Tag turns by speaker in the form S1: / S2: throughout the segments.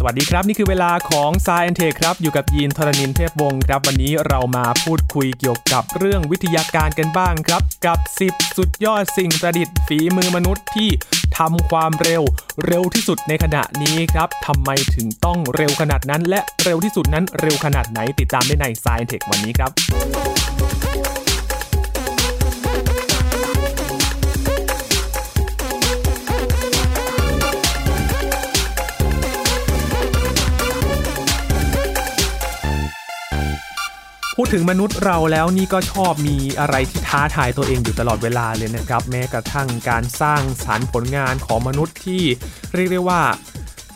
S1: สวัสดีครับ นี่คือเวลาของ s าย n t e ทครับ อยู่กับยีนทรณินเทพวงศ์ครับ วันนี้เรามาพูดคุยเกี่ยวกับเรื่องวิทยาการกันบ้างครับ กับ 10 สุดยอดสิ่งประดิษฐ์ฝีมือมนุษย์ที่ทำความเร็ว เร็วที่สุดในขณะนี้ครับทำไมถึงต้องเร็วขนาดนั้น และเร็วที่สุดนั้นเร็วขนาดไหนติดตามได้ใน s าย n t e ทวันนี้ครับ พูดถึงมนุษย์เราแล้วนี่ก็ชอบมีอะไรที่ท้าทายตัวเองอยู่ตลอดเวลาเลยนะครับ แม้กระทั่งการสร้างสารรค์ผลงานของมนุษย์ที่เรียกได้ว่า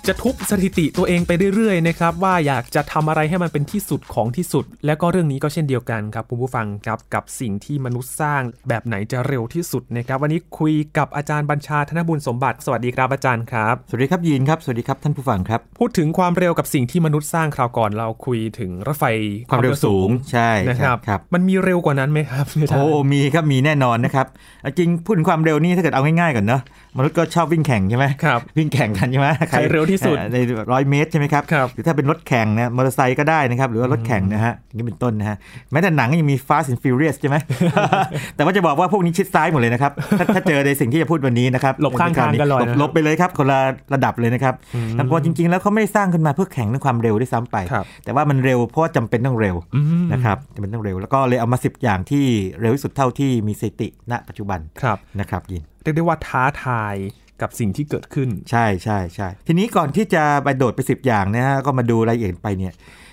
S1: จะทุบสถิติตัวเองไปเรื่อยๆนะครับว่าอยากจะทำอะไรให้มันเป็นที่สุดของที่สุด และก็เรื่องนี้ก็เช่นเดียวกันครับคุณผู้ฟังครับกับสิ่งที่มนุษย์สร้างแบบไหนจะเร็วที่สุดนะครับ วันนี้คุยกับอาจารย์บัญชาธนบุญสมบัติ สวัสดีครับอาจารย์ครับ
S2: สวัสดีครับยีนครับ สวัสดีครับท่านผู้ฟังครับ
S1: พูดถึงความเร็วกับสิ่งที่มนุษย์สร้างคราวก่อนเราคุยถึงรถไฟ
S2: ความเร็วสูงใช่
S1: นะครับ
S2: ครับ
S1: มันมีเร็วกว่านั้นไหมครับาจารย์
S2: โอ้มีครับมีแน่นอนนะครับเอาจริงพูดถึงความเร็วนี่ถ้าเกิดเอาง่ายๆก่อนเนอะมนุษย์ก็ชอบวิ่งแข่งใช่ไหม
S1: ครับ
S2: วิ่งแข่งกันใช่ไหม
S1: ใครเร็วที่สุด
S2: อ่าในร้อยเมตรใช่ไหมครับ
S1: ครับ
S2: หรือถ้าเป็นรถแข่งนะมอเตอร์ไซค์ก็ได้นะครับหรือว่ารถแข่งนะฮะอย่างนี้เป็นต้นนะฮะแม้แต่หนังก็ยังมี Fast and Furious ใช่ไหม แต่ว่าจะบอกว่าพวกนี้ชิดซ้ายหมดเลยนะครับถ้าถ้าเจอในสิ่งที่จะพูดวันนี้นะครับ
S1: หลบข้างทางกันเลย
S2: หลบ
S1: นะครับ
S2: หลบไปเลยครับคนละระดับเลยนะครับแต่พอจริง ๆ แล้วเขาไม่ได้สร้างขึ้นมาเพื่อแข่งเรื่องความเร็วด้วยซ้ำไป
S1: ครับ
S2: แต่ว่ามันเร็วเพราะว่าจำเป็นต้องเร็ว
S1: อืม
S2: นะครับจะเป็นต้องเร็วแล้วก็เลยเอามา 10 อย่างที่เร็วที่สุดเท่าที่มีสถิติณปัจจุบัน
S1: ครับ
S2: นะครับยิน
S1: เรียกได้ว่าท้าทายกับสิ่งที่เกิดขึ้น
S2: ใช่ใช่ใช่ทีนี้ก่อนที่จะไปโดดไป 10 อย่างนะฮะก็มาดูรายละเอียดไปเนี่ย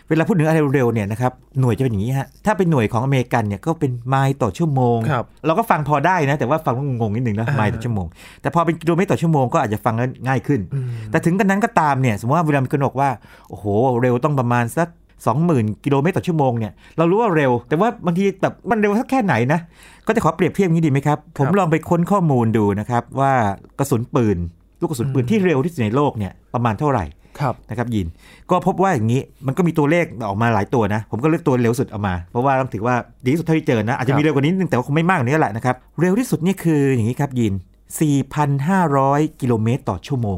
S2: เวลาพูดถึงอะไรเร็วๆเนี่ยนะครับหน่วยจะเป็นอย่างนี้ฮะถ้าเป็นหน่วยของอเมริกันเนี่ยก็เป็นไมล์ต่อชั่วโมง
S1: ครับ
S2: เราก็ฟังพอได้นะแต่ว่าฟังแล้วงงๆนิดหนึ่งนะ
S1: อ่า
S2: ไมล์ต่อชั่วโมง แต่พอเป็นกิโลเมตรต่อชั่วโมงก็อาจจะฟังแล้วง่ายขึ้น
S1: อืม
S2: แต่ถึงกันนั้นก็ตามเนี่ยสมมติว่าเวลามีคนบอกว่าโอ้โหเร็วต้องประมาณสัก 20,000 กิโลเมตรต่อชั่วโมงเนี่ยเรารู้ว่าเร็ว แต่ว่าบางทีแบบมันเร็วสักแค่ไหนนะก็จะขอเปรียบเทียบอย่างนี้ดีไหมครับ ผมลองไปค้นข้อมูลดูนะครับว่ากระสุนปืน ลูกกระสุนปืนที่เร็วที่สุดในโลกเนี่ยประมาณเท่าไหร่
S1: ครับ
S2: นะครับยิน ก็พบว่าอย่างนี้มันก็มีตัวเลขออกมาหลายตัวนะ ผมก็เลือกตัวเร็วสุดเอามา เพราะว่าเราถือว่าดีที่สุดเท่าที่เจอนะอาจจะมีเร็วกว่านี้นิดนึงแต่ว่าคงไม่มากกว่านี้แหละนะครับเร็วที่สุดเนี่ยคืออย่างนี้ครับยิน 4,500 กิโลเมตรต่อชั่วโมง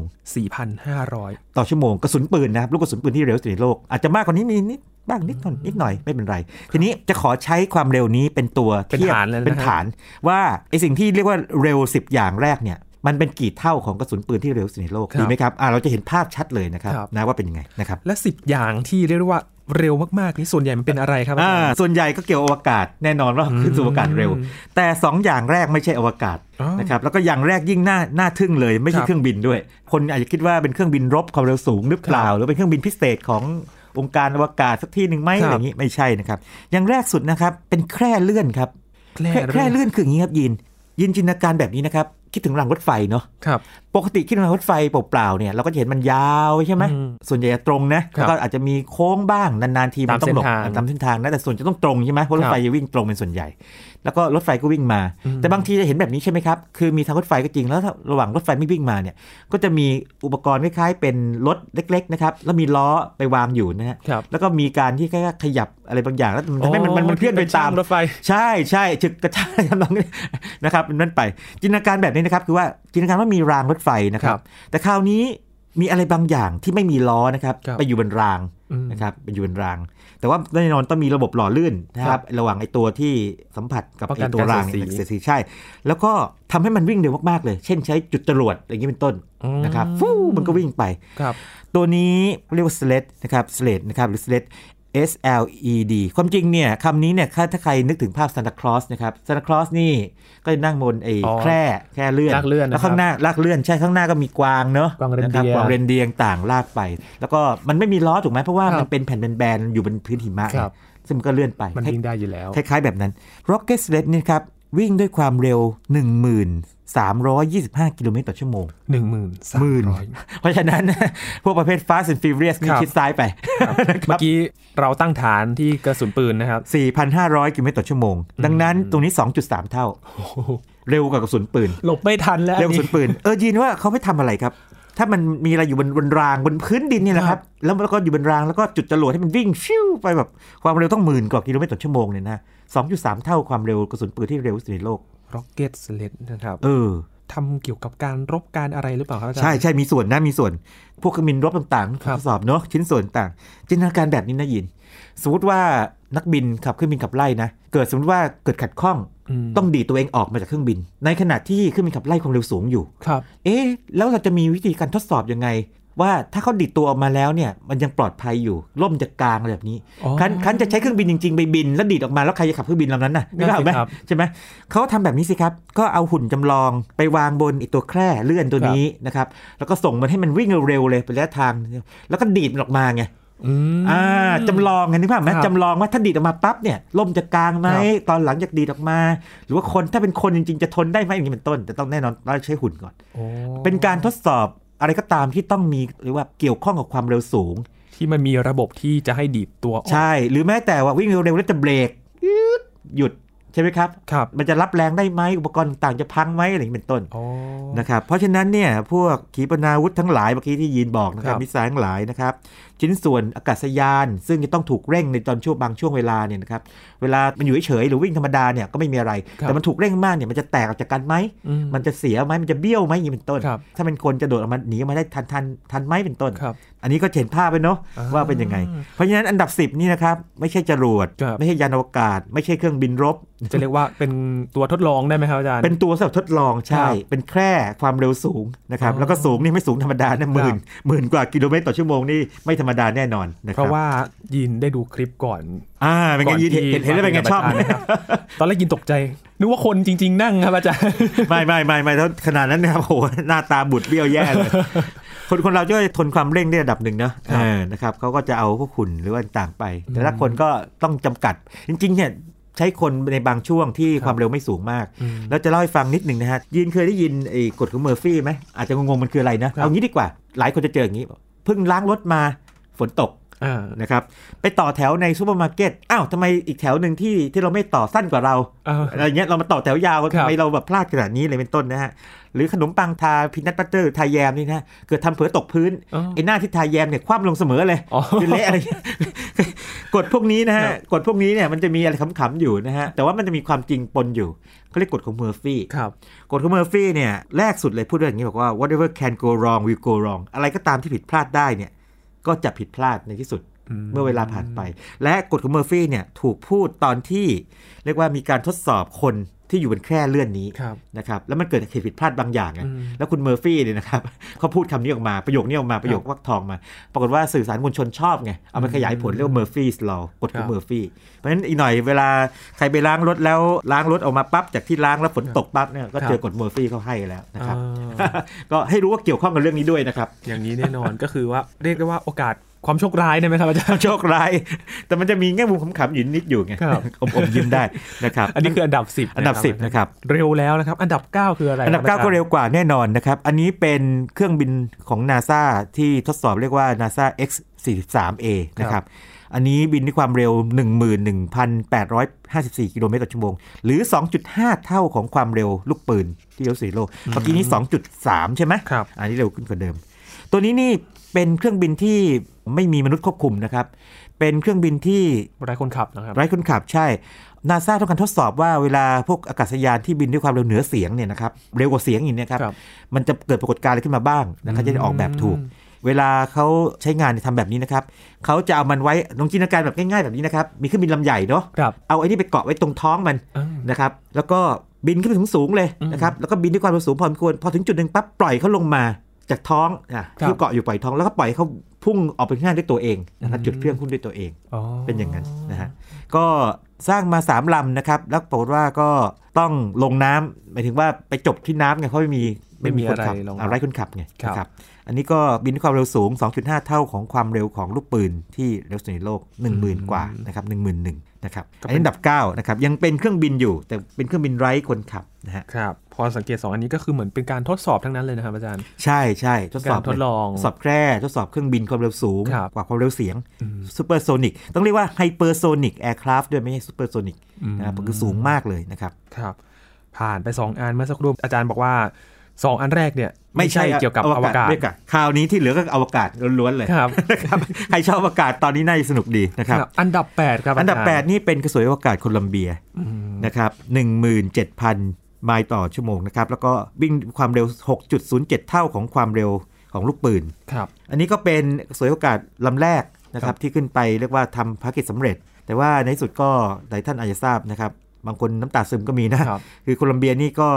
S1: 4,500
S2: ต่อชั่วโมงกระสุนปืนนะครับลูกกระสุนปืนที่เร็วที่สุดในโลก อาจจะมากกว่านี้มีนิดบ้างนิดหน่อยนิดหน่อยไม่เป็นไร ทีนี้จะขอใช้ความเร็วนี้เป็นตัว
S1: เป็น
S2: ทียบ
S1: ฐานเลยนะ
S2: เป็น
S1: ฮะ
S2: ฐานว่าไอสิ่งที่เรียกว่าเร็ว 10 อย่างแรกเนี่ยมันเป็นกี่เท่าของกระสุนปืนที่เร็วที่สุดในโลก
S1: ครับ
S2: ดีไหมครับอ่าเราจะเห็นภาพชัดเลยนะครับ
S1: ครับ
S2: นะว่าเป็นยังไงนะครับ
S1: และ 10 อย่างที่เรียกได้ว่าเร็วมากๆนี่ส่วนใหญ่มันเป็นอะไรครับอา
S2: อ่า
S1: จารย์
S2: ส่วนใหญ่ก็เกี่ยวอวกาศแน่นอนว่าขึ้นสู่อวกาศเร็ว
S1: อืม
S2: แต่สองอย่างแรกไม่ใช่อวกาศ
S1: อ๋อ
S2: นะครับแล้วก็อย่างแรกยิ่งน่าน่าทึ่งเลยไม่
S1: ค
S2: ใช่
S1: รับ
S2: เครื่องบินด้วย คนอาจจะคิดว่าเป็นเครื่องบินรบความเร็วสูงหรือเปล่า
S1: ครับ
S2: หรือเป็นเครื่องบินพิเศษขององค์การอวกาศสักที่หนึ่งไหม
S1: ครับ
S2: อะไรอย่างนี้ไม่ใช่นะครับอย่างแรกสุดนะครับเป็นแคร่เลื่อนครับ
S1: แคร่
S2: แคร่แคร่
S1: เลื่อน
S2: เลื่อนคืออย่างนี้ครับยิน ยินจินตนาการแบบนี้นะครับคิดถึงรางรถไฟเนาะ
S1: ครับ
S2: ปกติคิดถึงรางรถไฟเปล่าๆเนี่ยเราก็จะเห็นมันยาวใช่ไหม
S1: อืม
S2: ส่วนใหญ่จะตรงนะครับ แล้วก็อาจจะมีโค้งบ้างนานๆทีมันต้องหลบ
S1: ตามเส้นทาง
S2: ตามเส้นทางนะแต่ส่วนจะต้องตรงใช่ไหมเพราะรถไฟจะวิ่งตรงเป็นส่วนใหญ่ แล้วก็รถไฟก็วิ่งมา
S1: อืม
S2: แต่บางทีจะเห็นแบบนี้ใช่ไหมครับ คือมีทางรถไฟก็จริง แล้วถ้าระหว่างรถไฟไม่วิ่งมาเนี่ย ก็จะมีอุปกรณ์คล้ายๆเป็นรถเล็กๆนะครับ แล้วมีล้อไปวางอยู่นะฮะ
S1: ครับ
S2: แล้วก็มีการที่แค่ขยับอะไรบางอย่าง แล้วมันทำให้มันมันมันเคลื่อนไปตาม
S1: รถไฟ
S2: ใช่ใช่จึกกระชากทำนองนี้ นะครับเป็นนั่นไป จินตนาการแบบนี้นะครับคือว่าจินตนาการว่ามีรางรถไฟนะค
S1: ครั
S2: รับ
S1: บ
S2: แต่คราวนี้มีอะไรบางอย่างที่ไม่มีล้อนะครับ
S1: ครับ
S2: ไปอยู่บนราง
S1: อืม
S2: นะครับเป็นอยู่เป็นราง แต่ว่าแน่นอนต้องมีระบบหล่อลื่นนะค
S1: ครั
S2: รั
S1: บบ
S2: ระหว่างไอตัวที่สัมผัสกับ
S1: ป้อง
S2: ไอ
S1: กัน
S2: ตัวราง
S1: การเสียดสี
S2: เนี่ยเสียดสีใช่ แล้วก็ทำให้มันวิ่งเร็วมากๆเลย เช่นใช้จุดจรวดอย่างนี้เป็นต้นนะครับฟู่มันก็วิ่งไป
S1: ครับ
S2: ตัวนี้เรียกว่า sled นะครับ sled นะครับหรือ sled S L E D ความจริงเนี่ยคำนี้เนี่ยถ้าถ้าใครนึกถึงภาพซานตาคลอสนะครับซานตาคลอสนี่ก็จะนั่งบนไอ้
S1: อ๋อ
S2: แคร่แคร่เลื่อน
S1: ลากเลื่อนนะครับ
S2: แล้วข้างหน้าลากเลื่อนใช่ข้างหน้าก็มีกวางเนาะ
S1: กวางเรนเดียร์
S2: ะคบกวางเรนเดียร์ต่างลากไป แล้วก็มันไม่มีล้อถูกไหมเพราะว่า
S1: ครับ
S2: มันเป็นแผ่นแบนๆอยู่บนพื้นหิมะ
S1: ครับ
S2: ซึ่งมันก็เลื่อนไป
S1: มันวิ่งได้อยู่แล้ว
S2: คล้ายๆแบบนั้น Rocket sled นี่ครับวิ่งด้วยความเร็ว 1325 กิโลเมตรต่อชั่วโมง
S1: หนึ่งหมื่นสาม
S2: หมื่น
S1: ร้อย
S2: เพราะฉะนั้น พวกประเภท Fast and Furious นี่
S1: ครับ
S2: ชิดซ้ายไป
S1: ครับเมื่อกี้เราตั้งฐานที่กระสุนปืนนะครับ
S2: 4,500 กิโลเมตรต่อชั่วโมง ดังนั้นตรงนี้ 2.3 เท่า เร็วกว่ากระสุนปืน
S1: หลบไม่ทันแล้ว
S2: เร็วกว่า
S1: อั
S2: กระสุนปืน เออยีนว่าเขาไม่ทำอะไรครับ ถ้ามันมีอะไรอยู่บนบนรางบนพื้นดินเนี่ยนะครับ แล้วแล้วก็อยู่บนรางแล้วก็จุดจรวดให้มันวิ่งฟิวไปแบบความเร็วต้องหมื่นกว่ากิโลเมตรต่อชั่วโมงเนี่ยนะ 2.3 เท่าความเร็วกระสุนปืนที่เร็วที่สุดในโลก
S1: ร็อกเก็ตสเลดนะครับ
S2: เออ
S1: ทำเกี่ยวกับการรบการอะไรหรือเปล่าครับอาจารย์
S2: ใช่ใช่มีส่วนนะมีส่วน พวกเครื่องบินรบต่าง
S1: ครั
S2: ๆ
S1: บ
S2: ทดสอบเนาะชิ้นส่วนต่าง จินตนาการแบบนี้นะยิน สมมติว่านักบินขับเครื่องบินขับไล่นะ เกิดสมมติว่าเกิดขัดข้อง
S1: ม
S2: ต้องดีดตัวเองออกมาจากเครื่องบิน ในขณะที่เครื่องบินขับไล่ความเร็วสูงอยู่
S1: ครับ
S2: เอ๊ะแล้วเราจะมีวิธีการทดสอบยังไง ว่าถ้าเขาดีดตัวออกมาแล้วเนี่ยมันยังปลอดภัยอยู่ล่มจะกลางอะไรแบบนี้
S1: อ๋อ
S2: คันคันจะใช้เครื่องบินจริงๆไปบิน แล้วดีดออกมาแล้วใครจะขับเครื่องบินลำนั้นน่ะนึกออกไหม
S1: นั่นสิครับ
S2: ใช่ไหมเขาทำแบบนี้สิครับ ก็เอาหุ่นจำลองไปวางบนไอีกตัวแคร่เลื่อนตัวนี้นะครับแล้วก็ส่งมันให้มันวิ่งเร็วๆเลยไประยะทาง แล้วก็ดีดมันออกมาไง
S1: ม
S2: อ่าจำลองไงนึกภาพไหม
S1: ครับ
S2: จำลองว่าถ้าดีดออกมาปั๊บเนี่ยล่มจะกลางไหม
S1: ครับ
S2: ตอนหลังจากดีดออกมา หรือว่าคนถ้าเป็นคนจริงๆจะทนได้ไหมอย่างนี้เป็นต้น แต่ต้องแน่นอนเราใช้หุ่นก่อน
S1: โอ้
S2: เป็นการทดสอบอะไรก็ตามที่ต้องมีหรือว่าเกี่ยวข้องกับความเร็วสูง
S1: ที่มันมีระบบที่จะให้ดีดตัวออก
S2: ใช่ หรือแม้แต่ว่าวิ่งเร็วๆแล้วจะเบรกยึดหยุดใช่ไหมครับ
S1: ครับ
S2: มันจะรับแรงได้ไหมอุปกรณ์ต่างๆจะพังไหมอะไรอย่างนี้เป็นต้น
S1: อ๋อ
S2: นะครับเพราะฉะนั้นเนี่ยพวกขีปนาวุธทั้งหลายเมื่อกี้ที่ยีนบอกนะครั
S1: ค
S2: บ
S1: รับ
S2: มิสไซล์ทั้งหลายนะครับชิ้นส่วนอากาศยาน ซึ่งจะต้องถูกเร่งในตอนช่วงบางช่วงเวลาเนี่ยนะครับเวลามันอยู่เฉยๆหรือวิ่งธรรมดาเนี่ยก็ไม่มีอะไร แต่มันถูกเร่งมากเนี่ยมันจะแตกออกจากกันไหม
S1: อืม
S2: มันจะเสียไหมมันจะเบี้ยวไหมอย่างนี้เป็นต้น
S1: ครับ
S2: ถ้าเป็นคนจะโดดออกมาหนีออกมาได้ทันทันทันไหมเป็นต้น
S1: ครับ
S2: อันนี้ก็เห็นภาพไปเนาะ
S1: อ่า
S2: ว่าเป็นยังไง เพราะฉะนั้นอันดับ 10 นี่นะครับ ไม่ใช่จรวด
S1: ครับ
S2: ไม่ใช่ยานอวกาศ ไม่ใช่เครื่องบินรบ
S1: จะเรียกว่าเป็นตัวทดลองได้ไหมครับอาจารย์
S2: เป็นตัวสำหรับทดลอง
S1: ค
S2: ใช่
S1: รับ
S2: เป็นแค่ความเร็วสูงนะครับ
S1: อ๋อ
S2: แล้วก็สูงนี่ไม่สูงธรรมดานะหมื่
S1: ค
S2: น
S1: รับ
S2: หมื่นกว่ากิโลเมตรต่อชั่วโมงนี่ไม่ธรรมดาแน่นอนนะค
S1: เพ
S2: รับ
S1: ราะว่ายินได้ดูคลิปก่อน
S2: อ่าเป็นไง
S1: ก่อน
S2: ยิน
S1: ที่
S2: เห็นเห็นแล้วเป็นไงชอบไหม
S1: ตอนแรกยินตกใจ นึกว่าคนจริง ๆ นั่งครับอาจารย์
S2: ไม่ไม่ไม่ไม่ถ้าขนาดนั้นนะครับ โอ้โหหน้าตาบุดเบี้ยวแย่ เลย คนคนเราจะทนความเร่งได้ระดับหนึ่งเนอะ
S1: ครับ
S2: เออนะครับเขาก็จะเอาพวกคุณหรือว่าต่างไป แต่ถ้าคนก็ต้องจำกัด จริงๆเนี่ยใช้คนในบางช่วงที่ความเร็วไม่สูงมาก
S1: อืม
S2: แล้วจะเล่าให้ฟังนิดหนึ่งนะฮะยินเคยได้ยินไอ้กฎของเมอร์ฟี่ไหมอาจจะงงๆมันคืออะไรนะครับ เอางี้ดีกว่า หลายคนจะเจออย่างนี้เพิ่งล้างรถมาฝนตก
S1: อ่า
S2: นะครับไปต่อแถวในซูเปอร์มาร์เก็ตอ้าวทำไมอีกแถวหนึ่งที่ที่เราไม่ต่อสั้นกว่าเรา
S1: เอออ
S2: อะไรเงี้ยเรามาต่อแถวยาว
S1: ครั
S2: ทำ
S1: บ
S2: ไมเราแบบพลาดขนาดนี้เลยเป็นต้นนะฮะหรือขนมปังทาพินัทบัตเตอร์ทาแยมนี่นะเกิดทำเผลอตกพื้น
S1: อ๋อ
S2: ไอ้หน้าที่ทาแยมเนี่ยคว่ำลงเสมอเลย
S1: อ๋อ
S2: เป็นเละอะไรเงี้ย กฎพวกนี้นะฮะ
S1: ครับ
S2: กฎพวกนี้เนี่ยมันจะมีอะไรขำๆอยู่นะฮะแต่ว่ามันจะมีความจริงปนอยู่เขาเรียกกฎของเมอร์ฟี่
S1: ครับ
S2: กฎของเมอร์ฟี่เนี่ยแรกสุดเลยพูดไว้อย่างนี้บอกว่า whatever can go wrong will go wrong อะไรก็ตามที่ผิดพลาดได้เนี่ยก็จะผิดพลาดในที่สุด
S1: อืม
S2: เมื่อเวลาผ่านไป และกฎของเมอร์ฟี่เนี่ยถูกพูดตอนที่ เรียกว่ามีการทดสอบคนที่อยู่บนแคร่เลื่อนนี้
S1: ครับ
S2: นะครับแล้วมันเกิดเหตุผิดพลาดบางอย่างไง
S1: อืม
S2: แล้วคุณเมอร์ฟี่เนี่ยนะครับ เขาพูดคำนี้ออกมาประโยคนี้ออกมาประโยควักทองมา ปรากฏว่าสื่อสารมวลชนชอบไงเอามาขยายผลเรียกว่าเมอร์ฟี่ลอกฎข
S1: ครั
S2: อง
S1: บ
S2: เมอร์ฟี่เพราะฉะนั้นอีกหน่อยเวลาใครไปล้างรถแล้วล้างรถออกมาปั๊บจากที่ล้างแล้วฝนตกปั๊บเนี่ยก็เจอกฎเมอร์ฟี่เขาให้แล้วนะครับ
S1: อ่า
S2: ก็ให้รู้ว่าเกี่ยวข้องกับเรื่องนี้ด้วยนะครับ
S1: อย่างนี้แน่นอน ก็คือว่าเรียกได้ว่าโอกาสความโชคร้ายได้ไหมครับอาจารย์
S2: โชคร้าย แต่มันจะมีแง่มุมขำๆอยู่นิดอยู่ไง
S1: ครับ
S2: อมอมยิ้มได้นะครับ
S1: อันนี้คืออันดับ 10
S2: อันดับสิบนะครับ
S1: เร็วแล้วนะครับ อันดับ 9 คืออะไร
S2: อันดับ 9
S1: คจ
S2: ก็
S1: ย์
S2: เร็วกว่าแน่นอนนะครับ อันนี้เป็นเครื่องบินของ NASA ที่ทดสอบเรียกว่า NASA X43A นะครับ อันนี้บินด้วยความเร็ว 11,854 กิโลเมตรต่อชั่วโมง หรือ 2.5 เท่าของความเร็วลูกปืนที่เร็วสีโลกเมื่อกี้นี้ 2.3 ใช่ไหม
S1: ครับ
S2: อันนี้เร็วขึ้นกว่าเดิม ตัวนี้นี่เป็นเครื่องบินที่ไม่มีมนุษย์ควบคุมนะครับ เป็นเครื่องบินที่
S1: รายคนขับนะครับ
S2: ไร้คนขับใช่ นาซาต้องการทดสอบว่าเวลาพวกอากาศยานที่บินด้วยความเร็วเหนือเสียงเนี่ยนะครับ เร็วกว่าเสียงอีกเนะครับ
S1: ครับ
S2: มันจะเกิดปรากฏการณ์อะไรขึ้นมาบ้างนะครับจะได้ออกแบบถูก
S1: อืม
S2: เวลาเขาใช้งานเนี่ยทำแบบนี้นะครับ เขาจะเอามันไว้ลองจินตนาการแบบง่ายๆแบบนี้นะครับ มีเครื่องบินลำใหญ่เนาะ
S1: ครับ
S2: เอาไอ้นี่ไปเกาะไว้ตรงท้องมัน
S1: อ่า
S2: นะครับแล้วก็บินขึ้นไปสูงสูงๆเลย
S1: อืม
S2: นะครับแล้วก็บินด้วยความเร็วสูงพอสมควรพอถึงจุดหนึ่งปั๊บปล่อยเขาลงมาจากท้องอ่ะ
S1: ครับ
S2: ที่เกาะอยู่ปล่อยท้องแล้วก็ปล่อยให้เขาพุ่งออกไปข้างหน้าด้วยตัวเองนะครับ
S1: อืม
S2: จุดเครื่องพุ่งด้วยตัวเอง
S1: อ๋อ
S2: เป็นอย่างนั้นนะฮะก็สร้างมา 3 ลำนะครับแล้วปรากฏว่าก็ต้องลงน้ำหมายถึงว่าไปจบที่น้ำไงเพราะไม่มีคนขับ
S1: ไม่มีอะไรรองรับ
S2: อ่ะไร้คนขับไง
S1: ครับ
S2: นะครับอันนี้ก็บินด้วยความเร็วสูง 2.5 เท่าของความเร็วของลูกปืนที่เร็วสุดในโลก 10,000 กว่านะครับ11,000นะครับ
S1: ก็
S2: อัน
S1: เป็น
S2: นี้อันดับ 9 นะครับ ยังเป็นเครื่องบินอยู่ แต่เป็นเครื่องบินไร้คนขับนะฮะ
S1: ครับ พอสังเกต 2 อันนี้ก็คือเหมือนเป็นการทดสอบทั้งนั้นเลยนะครับอาจารย์
S2: ใช่ใช่ทดสอบ
S1: การทดลอง
S2: ทดสอบแคร่ทดสอบเครื่องบินความเร็วสูง
S1: ครับ
S2: กว่าความเร็วเสียงซูเปอร์โซนิกต้องเรียกว่าไฮเปอร์โซนิกแอร์คราฟด้วยไม่ใช่ซูเปอร์โซนิก
S1: อืม
S2: นะครับคือสูงมากเลยนะครับ
S1: ครับ ผ่านไป 2 อันเมื่อสักครู่อาจารย์บอกว่า 2 อันแรกเนี่ยเกี่ยวกับอวกาศ
S2: ไม่เยวบคราวนี้ที่เหลือก็อวกาศล้วนๆเลย
S1: ครับ
S2: นะครับใครชอบอวกาศตอนนี้น่าจะสนุกดีนะครับ
S1: ครับ อันดับ 8 ครับ
S2: อันดับ
S1: าจารย์
S2: 8 นี่เป็นกระสวยอวกาศโคลัมเบีย
S1: อืม
S2: นะครับ ไมล์ต่อชั่วโมงนะครับ แล้วก็วิ่งความเร็ว 6.07 เท่าของความเร็วของลูกปืน
S1: ครับ
S2: อันนี้ก็เป็นสวยโอกาสลำแรกนะค
S1: ครั
S2: รับบ ที่ขึ้นไปเรียกว่าทำภารกิจสำเร็จ แต่ว่าในที่สุดก็หลายท่านอาจจะทราบนะครับ บางคนน้ำตาซึมก็มีนะ
S1: ครับ
S2: คือโคลอมเบียนี่ก็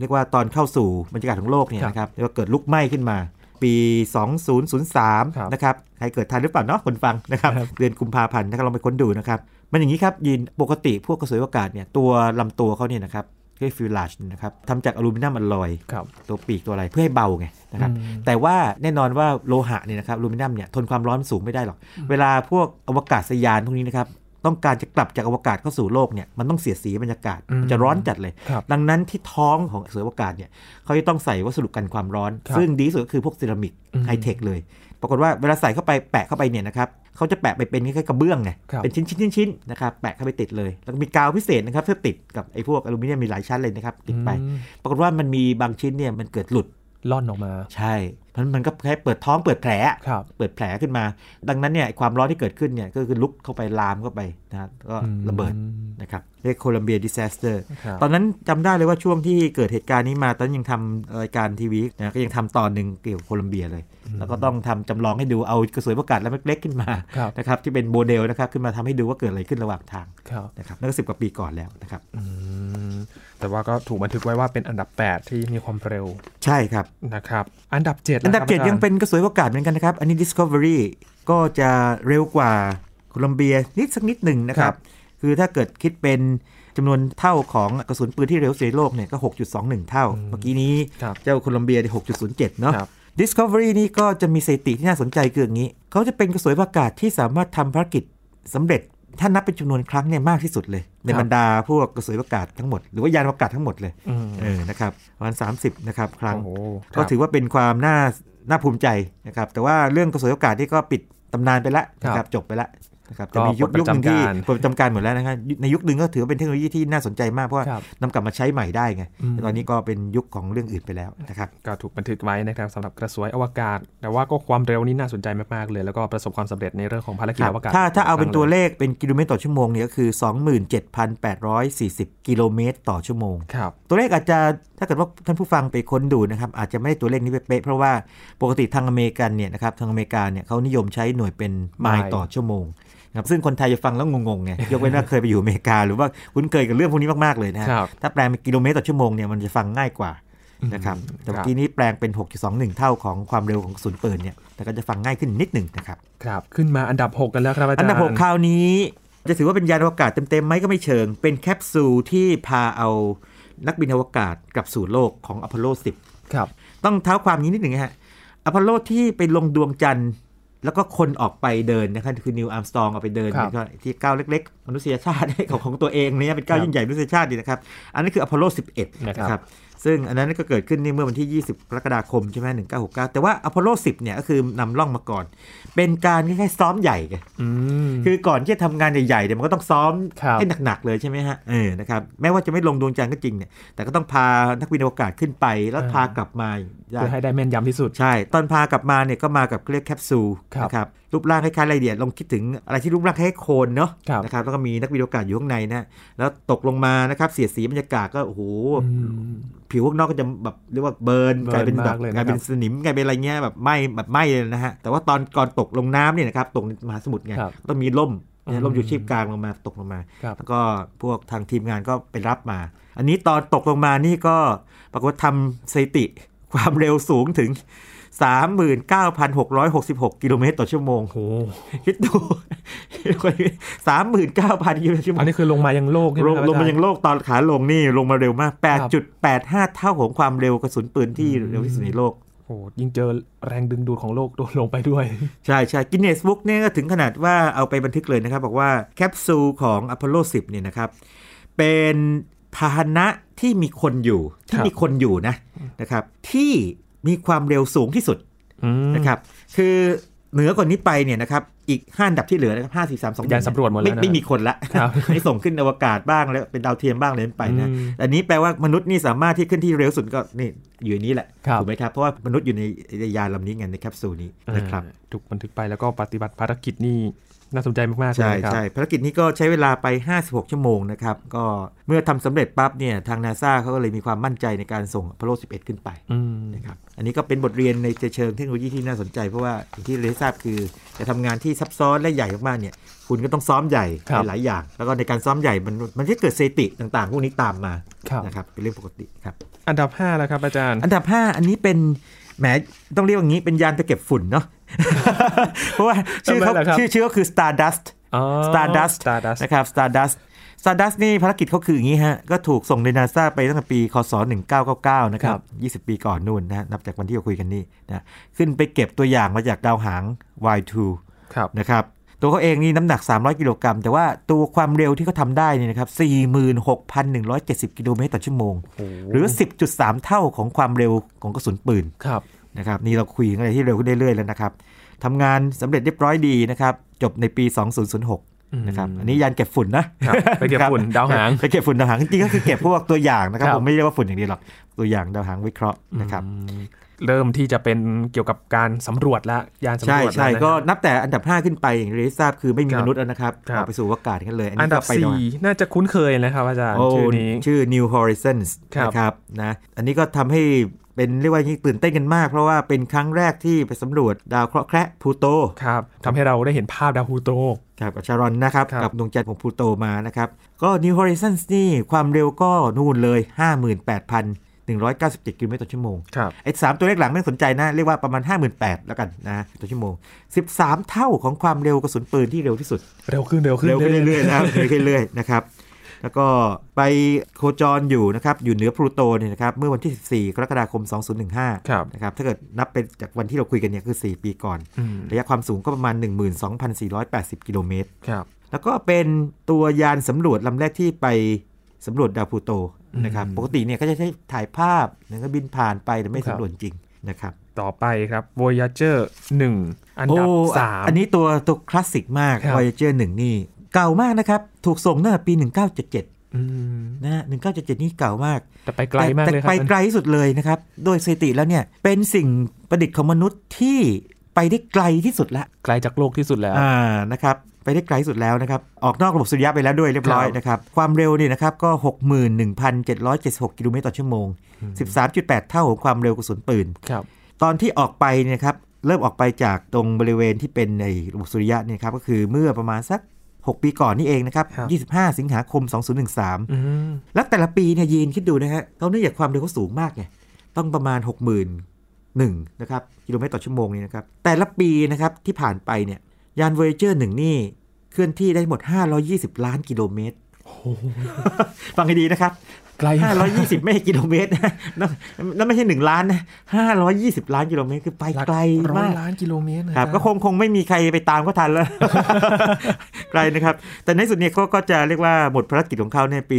S2: เรียกว่าตอนเข้าสู่บรรยากาศของโลกเนี่ย
S1: ครับ
S2: นะครับเรียกว่าเกิดลุกไหม้ขึ้นมา ปี
S1: ครับ
S2: 2003 นะครับ ใครเกิดทันหรือเปล่าเนาะคนฟังนะครับ
S1: ครับ
S2: เดือนกุมภาพันธ์นะครับลองไปค้นดูนะครับ มันอย่างนี้ครับยินปกติพวกกระสวยอากาศเนี่ยตัวลำตัวเขาเนี่ยนะครับเรียกฟิวลาชนะครับทำจากอลูมิเนียมอลลอย
S1: ครับ
S2: ตัวปีกตัวอะไรเพื่อให้เบาไงนะครับ
S1: อืม
S2: แต่ว่าแน่นอนว่าโลหะเนี่ยนะครับอลูมิเนียมเนี่ยทนความร้อนสูงไม่ได้หรอก เวลาพวกอวกาศยานพวกนี้นะครับต้องการจะกลับจากอวกาศเข้าสู่โลกเนี่ยมันต้องเสียดสีบรรยากาศ
S1: อืม
S2: มันจะร้อนจัดเลย
S1: ครับ
S2: ดังนั้นที่ท้องของเสืออวกาศเนี่ยเขาจะต้องใส่วัสดุกันความร้อน
S1: ครับ
S2: ซึ่งดีที่สุดก็คือพวกเซรามิก
S1: อืม
S2: ไฮเทคเลย ปรากฏว่าเวลาใส่เข้าไปแปะเข้าไปเนี่ยนะครับเขาจะแปะไปเป็นคล้ายๆกระเบื้องไง
S1: ครับ
S2: เป็นชิ้นๆๆๆนะครับแปะเข้าไปติดเลย แล้วก็มีกาวพิเศษนะครับเพื่อติดกับไอ้พวกอลูมิเนียมมีหลายชั้นเลยนะครับติดไป
S1: อืม
S2: ปรากฏว่ามันมีบางชิ้นเนี่ยมันเกิดหลุด
S1: ล่อนออกมา
S2: ใช่ เพราะฉะนั้นมันก็แค่เปิดท้องเปิดแผลอะ
S1: ครับ
S2: เปิดแผลขึ้นมา ดังนั้นเนี่ยความร้อนที่เกิดขึ้นเนี่ยก็คือลุกเข้าไปลามเข้าไปนะฮะก็ระเบิดนะครับเรียกโคลัมเบียดิซาสเตอร์
S1: ครับ
S2: ตอนนั้นจำได้เลยว่าช่วงที่เกิดเหตุการณ์นี้มา ตอนนนยังทำรายการทีวีนะก็ยังทำตอนหนึ่งเกี่ยวกับโคลัมเบียเลย แล้วก็ต้องทำจำลองให้ดูเอากระสวยประกาศแล้วเล็กๆขึ้นมา
S1: ครับ
S2: นะครับที่เป็นโมเดลนะครับขึ้นมาทำให้ดูว่าเกิดอะไรขึ้นระหว่างทาง
S1: ครับ
S2: นะครับนั่นก็สิบกว่าปีก่อนแล้วนะครับ
S1: อืม แต่ว่าก็ถูกบันทึกไว้ว่าเป็นอันดับ 8 ที่มีความเร็ว
S2: ใช่ครับ
S1: นะครับ อันดับ7
S2: อันดับ 7 ยังเป็นกระสวยโอกาสเหมือนกันนะครับ อันนี้ Discovery ก็จะเร็วกว่าโคลอมเบียนิดสักนิดหนึ่งนะครับ คือถ้าเกิดคิดเป็นจำนวนเท่าของกระสุนปืนที่เร็วสุดในโลกเนี่ยก็ 6.21 เท่า เมื่อกี้นี้
S1: ครับ
S2: เจ้าโคลอมเบียเนี่ย6.07 เนาะ
S1: ครับ
S2: Discovery นี่ก็จะมีสถิติที่น่าสนใจคืออย่างนี้ เขาจะเป็นกระสวยโอกาสที่สามารถทำภารกิจสำเร็จ ถ้านับเป็นจำนวนครั้งเนี่ยมากที่สุดเลย ใน
S1: ครับ
S2: บรรดาพวกกระสวยโอกาสทั้งหมดหรือว่ายานอวกาศทั้งหมดเลย
S1: อืม
S2: เออ นะครับประมาณ30 นะครับครั้ง
S1: โอ้โหค
S2: ก็
S1: รับ
S2: ถือว่าเป็นความน่าน่าภูมิใจนะครับ แต่ว่าเรื่องกระสวยโอกาสที่ก็ปิดตำนานไปแล้วนะค
S1: ครั
S2: รับบ จบไปแล้วนะครับ
S1: ก็
S2: แต่มียุค
S1: ปลด
S2: ยุคหนึ่งที่
S1: ประจำการ
S2: ปลดประจำการหมดแล้วนะครับในยุคหนึ่งก็ถือว่าเป็นเทคโนโลยีที่น่าสนใจมากเพราะว่า
S1: ครับ
S2: นำกลับมาใช้ใหม่ได้ไง
S1: อืม
S2: แต่ตอนนี้ก็เป็นยุคของเรื่องอื่นไปแล้วนะครับ
S1: ก็ถูกบันทึกไว้นะครับสำหรับกระสวยอวกาศ แต่ว่าก็ความเร็วนี่น่าสนใจมากๆเลย แล้วก็ประสบความสำเร็จในเรื่องของภารกิจ
S2: ครับ
S1: อวกาศ
S2: ถ้าถ้าเอาเป็นตัว
S1: ครั้ง
S2: เลขเป็นกิโลเมตรต่อชั่วโมงเนี่ยก็คือ 27,840 กิโลเมตรต่อชั่วโมง
S1: ลยครับ
S2: ตัวเลขอาจจะถ้าเกิดว่าท่านผู้ฟังไปค้นดูนะครับอาจจะไม่ได้ตัวเลขนี้เป๊ะๆเพราะว่าปกติทางอเมริกันเนี่ยนะครับทางอเมริกาเนี่ยเขานิยมใช้หน่วยเป็นไมล์
S1: ไมล์
S2: ต่อชั่วโมงนะครับซึ่งคนไทยจะฟังแล้วงง ๆไง ยกเว้นว่าเคยไปอยู่อเมริกา หรือว่าคุ้นเคยกับเรื่องพวกนี้มากๆเลยนะฮะ
S1: ครับ
S2: ถ้าแปลงเป็นกิโลเมตรต่อชั่วโมงเนี่ยมันจะฟังง่ายกว่านะครับ
S1: อืม
S2: แต่
S1: ครั
S2: เมื่อบ กี้นี้แปลงเป็น 6.21 เท่าของความเร็วของกระสุนปืนเนี่ยแต่ก็จะฟังง่ายขึ้นนิดหนึ่งนะครับ
S1: ครับ ขึ้นมาอันดับ 6 กันแล้วครับอาจารย์
S2: อั
S1: อั
S2: นดับหกคราวนี้จะถือว่าเป็นยานอวกาศเต็มๆไหมก็ไม่เชิง เป็นแคปซูลที่พาเอานักบินอวกาศกลับสู่โลกของอพอลโล
S1: ครับ
S2: 10 ต้องเท้าความนี้นิดหนึ่งนะฮะอพอลโลที่ไปลงดวงจันทร์ แล้วก็คนออกไปเดินนะครับคือนิวอาร์มสตองออกไปเดิน
S1: ครับ
S2: ที่ก้าวเล็กๆมนุษยชาติ ของของตัวเองเนี่ยเป็นก้า
S1: ค
S2: ว
S1: รับ
S2: ยิ่งใหญ่มนุษยชาติดีนะครับ อันนั้นคืออพอลโล 11
S1: นะครับ
S2: นะครับ ซึ่งอันนั้นก็เกิดขึ้นนี่เมื่อวันที่ 20กรกฎาคมใช่ไหม1969 แต่ว่าอพอลโล 10 เนี่ยก็คือนำล่องมาก่อน เป็นการคล้ายๆซ้อมใหญ่ไง
S1: อืม
S2: คือก่อนที่จะทำงานใหญ่ๆเนี่ยมันก็ต้องซ้อม
S1: ครับ
S2: ให้หนักๆเลยใช่ไหมฮะเออนะครับแม้ว่าจะไม่ลงดวงจันทร์ก็จริงเนี่ยแต่ก็ต้องพานักบินอวกาศขึ้นไปแล้ว
S1: อ่า
S2: พากลับมา
S1: เพื่อ
S2: ได้
S1: ให้ได้แม่นยำที่สุด
S2: ใช่ ตอนพากลับมาเนี่ยก็มากับเครื่องแคปซูล
S1: ครับ
S2: นะครับรูปร่างคล้ายๆไรเดียดลองคิดถึงอะไรที่รูปร่างคล้ายๆโคนเนาะ
S1: ครับ
S2: นะครับแล้วก็มีนักบินอวกาศอยู่ข้างในนะแล้วตกลงมานะครับเสียดสีบรรยากาศก็โอ้โห ผิวข้างนอกก็จะแบบเรียกว่าเบิร์น
S1: เบิร์น
S2: กลายเป็นแบ
S1: มา
S2: บ
S1: กเลยนะ
S2: กลายเป็นสนิมกลายเป็นอะไรเงี้ยแบบไหม้แบบไหม้เลยนะฮะแต่ว่าตอนก่อนตกลงน้ำเนี่ยนะครับตกในมหาสมุทรไง
S1: ครับ
S2: ต้องมีล่มเนี่ย
S1: อืม
S2: ล่มอยู่ชีพกลางลงมาตกลงมา
S1: ครับ
S2: แล้วก็พวกทางทีมงานก็ไปรับมา อันนี้ตอนตกลงมานี่ก็ปรากฏทำสถิติ ความเร็วสูงถึง 39,666 กิโลเมตรต่อชั่วโมงโหคิดดู39,000กิโลเมตรต่อชั่วโมง
S1: อันนี้คือลงมายังโลกใช่ไหม
S2: ลง
S1: ครับ
S2: ลงมา
S1: อจร
S2: ยังโลกตอนขาลงนี่ลงมาเร็วมาก
S1: ครับ
S2: 8.85 เท่าของความเร็วกระสุนปืนที่
S1: อืม
S2: เร็วที่สุดในโลก
S1: โหยิ่งเจอแรงดึงดูดของโลกตัวลงไปด้วย
S2: ใช่ใช่กินเนสบุ๊กเนี่ยก็ถึงขนาดว่าเอาไปบันทึกเลยนะครับ บอกว่าแคปซูลของอพอลโล 10 เนี่ยนะครับ เป็นพาหนะที่มีคนอยู่
S1: ค
S2: ที่
S1: รับ
S2: มีคนอยู่นะนะครับ ที่มีความเร็วสูงที่สุดนะครับ คือเหนือกว่านี้ไปเนี่ยนะครับ อีกห้าอันดับที่เหลือนะครับห้าสี่สามสอง
S1: ยานสำรวจหมดแล้วนะ
S2: ไม่มีคนละ
S1: ครับ
S2: ไม่ส่งขึ้นอวกาศบ้างแล้วเป็นดาวเทียมบ้างเลยไปนะ
S1: อืม
S2: อันนี้แปลว่ามนุษย์นี่สามารถที่ขึ้นที่เร็วสุดก็นี่อยู่ในนี้แหละ
S1: ครับ
S2: ถูกไหมครับเพราะว่ามนุษย์อยู่ในยานลำนี้ไงในแคปซูลนี้นะครับ
S1: อ่าถูกบันทึกไปแล้วก็ปฏิบัติภารกิจนี่น่าสนใจมากๆเลย
S2: ใช่
S1: นะครับ
S2: ใช่ภารกิจนี้ก็ใช้เวลาไป 56 ชั่วโมงนะครับ ก็เมื่อทำสำเร็จปั๊บเนี่ยทางนาซาเขาก็เลยมีความมั่นใจในการส่งพโล11 ขึ้นไป
S1: อืม
S2: นะครับอันนี้ก็เป็นบทเรียนในเชิงเทคโนโลยีที่น่าสนใจ เพราะว่าอย่างที่เรนทราบคือจะทำงานที่ซับซ้อนและใหญ่มากๆเนี่ยคุณก็ต้องซ้อมใหญ่
S1: ครับ
S2: ในหลายอย่าง แล้วก็ในการซ้อมใหญ่มันมันจะเกิดเซติต่างๆ พวกนี้ตามมา
S1: ครับ
S2: นะครับเป็นเรื่องปกติครับ
S1: อันดับ 5 แล้วครับอาจารย์
S2: อันดับ 5 อันนี้เป็นแหมต้องเรียกว่าอย่างนี้เป็นยานตะเก็บฝุ่นเนาะ เพราะว่าชื่อเขา
S1: ทำไมล่ะครับ
S2: ชื่อชื่อก็คือ Stardust
S1: อ๋อ
S2: Stardust
S1: Stardust
S2: นะครับ Stardust Stardust นี่ภารกิจเขาคืออย่างนี้ฮะ ก็ถูกส่งโดยนาซาไปตั้งแต่ปี คศ 1999 นะครั
S1: ครับ
S2: บ 20 ปีก่อนนู่นนะฮะนับจากวันที่เราคุยกันนี่นะขึ้นไปเก็บตัวอย่างมาจากดาวหาง Y2
S1: ครับ
S2: นะครับ ตัวเขาเองนี่น้ำหนัก 300 กิโลกรัม แต่ว่าตัวความเร็วที่เขาทำได้เนี่ยนะครับ 46,170 กิโลเมตรต่อชั่วโมง หรือ 10.3 เท่าของความเร็วของกระสุนปืน
S1: ครับ
S2: นะครับนี่เราคุยกันอะไรที่เร็วขึ้นเรื่อยๆแล้วนะครับทำงานสำเร็จเรียบร้อยดีนะครับ จบในปี 2006 นะครับอันนี้ยานเก็บฝุ่นนะครับ
S1: ไปเก็บฝุ่น
S2: ครับ
S1: ดาวหาง
S2: ไปเก็บฝุ่นดาวหางจริงๆก็คือเก็บพวกตัวอย่างนะครับ
S1: ครับ
S2: ผมไม่เรียกว่าฝุ่นอย่างเดียวหรอกตัวอย่างดาวหางวิเคราะห์นะครับ
S1: เริ่มที่จะเป็นเกี่ยวกับการสำรวจละยานสำ
S2: ใช่
S1: รวจ
S2: ใช่
S1: แล้วนะ
S2: ก็นับแต่อันดับ 5 ขึ้นไปอย่างที่ทราบคือไม่มี
S1: ครับ
S2: มนุษย์แล้วนะครับ
S1: ครับ
S2: ออกไปสู่อวกาศกันเลย
S1: อันดับ
S2: ก็ไปหน่อย
S1: 4 น่าจะคุ้นเคยนะครับอาจารย์
S2: โอ้
S1: ชื่อนี้
S2: ชื่อ New Horizons
S1: ครับ
S2: นะครับนะอันนี้ก็ทำให้เป็นเรียกว่ายิ่งตื่นเต้นกันมาก เพราะว่าเป็นครั้งแรกที่ไปสำรวจดาวเคราะห์แคระพลูโต
S1: ครับทำให้เราได้เห็นภาพดาวพลูโต
S2: ครับกับชารอนนะครับ
S1: ครับ
S2: กับดวงจันทร์ของพลูโตมานะครับ ก็ New Horizons นี่ความเร็วก็นู่นเลย 58,197 กิโลเมตรต่อชั่วโมง
S1: ครับ
S2: ไอ้สามตัวเลขหลังไม่สนใจนะ เรียกว่าประมาณ 58,000แล้วกันนะต่อชั่วโมง 13 เท่าของความเร็วกระสุนปืนที่เร็วที่สุด
S1: เร็วขึ้นเร็วขึ้น
S2: เร็วขึ้นเรื่อยๆนะครับเร็วขึ้นเรื่อยๆนะครับแล้วก็ไปโคจรอยู่นะครับอยู่เหนือพลูโตเนี่ยนะครับเมื่อวันที่ 14 กรกฎาคม 2015
S1: ครับ
S2: นะครับถ้าเกิดนับเป็นจากวันที่เราคุยกันเนี่ยคือ 4 ปีก่อน
S1: อืม
S2: ระยะความสูงก็ประมาณ 12,480 กิโลเมตร
S1: ครับ
S2: แล้วก็เป็นตัวยานสำรวจลำแรกที่ไปสำรวจดาวพลูโตนะครับ
S1: อืม
S2: ปกติเนี่ยก็จะใช้ถ่ายภาพแล้วก็บินผ่านไปแต่ไม่
S1: ครับ
S2: สำรวจจริงนะครับ
S1: ต่อไปครับ Voyager 1 อันดับ
S2: โ
S1: 3
S2: อันนี้ตัวตัวคลาสสิกมาก
S1: ครับ
S2: Voyager 1 นี่ เก่ามากนะครับ ถูกส่งตั้งแต่ปี 1977
S1: อืม
S2: นะฮะ1977 นี่เก่ามาก
S1: แต่ไปไกลมากเลยค
S2: แต่
S1: รับ
S2: ไปไกลที่สุดเลยนะครับ โดยสถิติแล้วเนี่ยเป็นสิ่งประดิษฐ์ของมนุษย์ที่ไปได้ไกลที่สุดละ
S1: ไกลจากโลกที่สุดแล้ว
S2: อ่า นะครับ ไปได้ไกลสุดแล้วนะครับ ออกนอกระบบสุริยะไปแล้วด้วยเรียบร้อย
S1: ครับ
S2: นะครับ ความเร็วเนี่ยนะครับก็ 61,776 กิโลเมตรต่อชั่วโมง 13.8 เท่าของความเร็วกระสุนปืน
S1: ครับ
S2: ตอนที่ออกไปเนี่ยนะครับ เริ่มออกไปจากตรงบริเวณที่เป็นในระบบสุริยะเนี่ยนะครับ ก็คือเมื่อประมาณสัก 6 ปีก่อนนี่เองนะครับ
S1: ครับ
S2: 25 สิงหาคม 2013
S1: อืม
S2: แล้วแต่ละปีเนี่ยยีนคิดดูนะฮะเขาเนื่องจากความเร็วเขาสูงมากไงต้องประมาณ 6 0 0 0 0หนึ่งนะครับกิโลเมตรต่อชั่วโมงนี่นะครับ แต่ละปีนะครับที่ผ่านไปเนี่ยยาน Voyager 1 นี่ เคลื่อนที่ได้หมด 520 ล้านกิโลเมตร ฟังให้ดีนะครับ
S1: ไกลมาก
S2: 520 ไม่ใช่กิโลเมตรนะนั่นนั่นไม่ใช่ 1 ล้านนะ 520 ล้านกิโลเมตรคือไปไกล
S1: ร้อ
S2: มาย ก
S1: ล้านกิโลเมตรนะครับ
S2: ก็คงคงไม่มีใครไปตามเขาทันแล้ว ไกลนะครับ แต่ในที่สุดเนี่ยเขาก็จะเรียกว่าหมดภารกิจของเขาในปี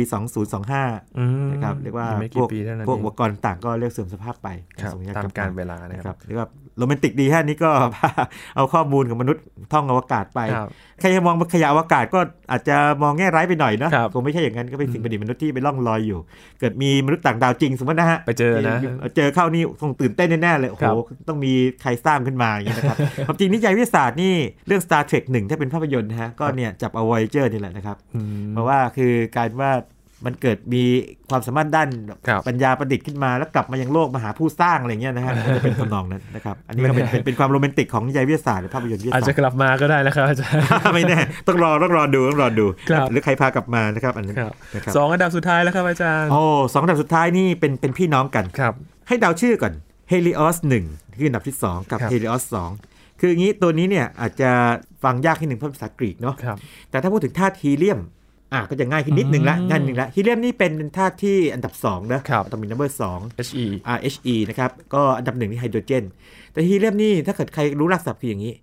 S2: 2025
S1: อืม
S2: นะครับเรียกว่า
S1: ไม่
S2: พ
S1: กี่
S2: วก
S1: ปีเท่านั้น
S2: พวก
S1: เอง
S2: อุปกรณ์ต่างก็เรียกเสื่อมสภาพไป
S1: ครับ
S2: ส่งย
S1: ตาม
S2: ลับ
S1: การเวลานะค
S2: นะค
S1: รั
S2: รั
S1: บบ
S2: เรียกว่าโรแมนติกดีฮะนี่ก็ เอาข้อมูลของมนุษย์ท่องอวกาศไป
S1: ครับ
S2: ใครจะมองขยะอวกาศก็อาจจะมองแง่ร้ายไปหน่อยนะครับ คงไม่ใช่อย่างนั้นก็เป็นสิ่งประดิษฐ์มนุษย์ที่ไปล่องลอยอยู่ เกิดมีมนุษย์ต่างดาวจริงสมมตินะฮะ
S1: ไปเจอนะ
S2: เจอเข้านี่คงตื่นเต้นแน่ๆเลยโอ้
S1: ค
S2: โห
S1: รับ
S2: ต้องมีใครสร้างขึ้นมาอย่างนี้ยนะครับ ความจริงนิยายวิทยาศาสตร์นี่เรื่อง Star Trek หนึ่งถ้าเป็นภาพยนตร์นะฮะก็เนี่ยจับเอา Voyager นี่แหละนะครับ
S1: อืม
S2: เพราะว่าคือการว่ามันเกิดมีความสามารถด้าน
S1: ครับ
S2: ปัญญาประดิษฐ์ขึ้นมาแล้วกลับมายังโลกมาหาผู้สร้างอะไรเงี้ยนะฮะมันจะเป็นทำนองนั้นนะครับ อันนี้ก็เป็นเป็นเป็นความโรแมนติกของนิยายวิทยาศาสตร์หรือภาพยนตร์วิทยา
S1: อาจ
S2: ศาส
S1: จะ
S2: ตร์
S1: กลับมาก็ได้นะครับอาจารย์
S2: ไม่แน่ต้องรอต้องรอดูต้องรอดู
S1: ครับ
S2: หรือใครพากลับมานะครับอันนั้น
S1: ครับ
S2: นะครับ
S1: สองอันดับสุดท้ายแล้วครับอาจารย์
S2: โอ้สองอันดับสุดท้ายนี่เป็นเป็นพี่น้องกัน
S1: ครับ
S2: ให้เดาชื่อก่อน Helios 1 คืออันดับที่ 2 กับ
S1: ครับ
S2: Helios 2 คืออย่างนี้ตัวนี้เนี่ยอาจจะฟังยากนิดหนึ่งเพราะภาษากรีกเนาะ
S1: ครับ
S2: แต่ถ้าพูดถึงธาตุฮีเลียม อ่ะก็จะง่ายขึ้นนิดหนึ่งละ
S1: อืม
S2: ง่ายนิดหนึ่งละฮีเลียมนี่เป็นธาตุที่อันดับ2นะครับ ตอมินัมเบอร์สอง
S1: HE
S2: RHE นะครับ ก็อันดับหนึ่งนี่ไฮโดรเจน แต่ฮีเลียมนี่ถ้าเกิดใครรู้รักศัพท์คืออย่างนี้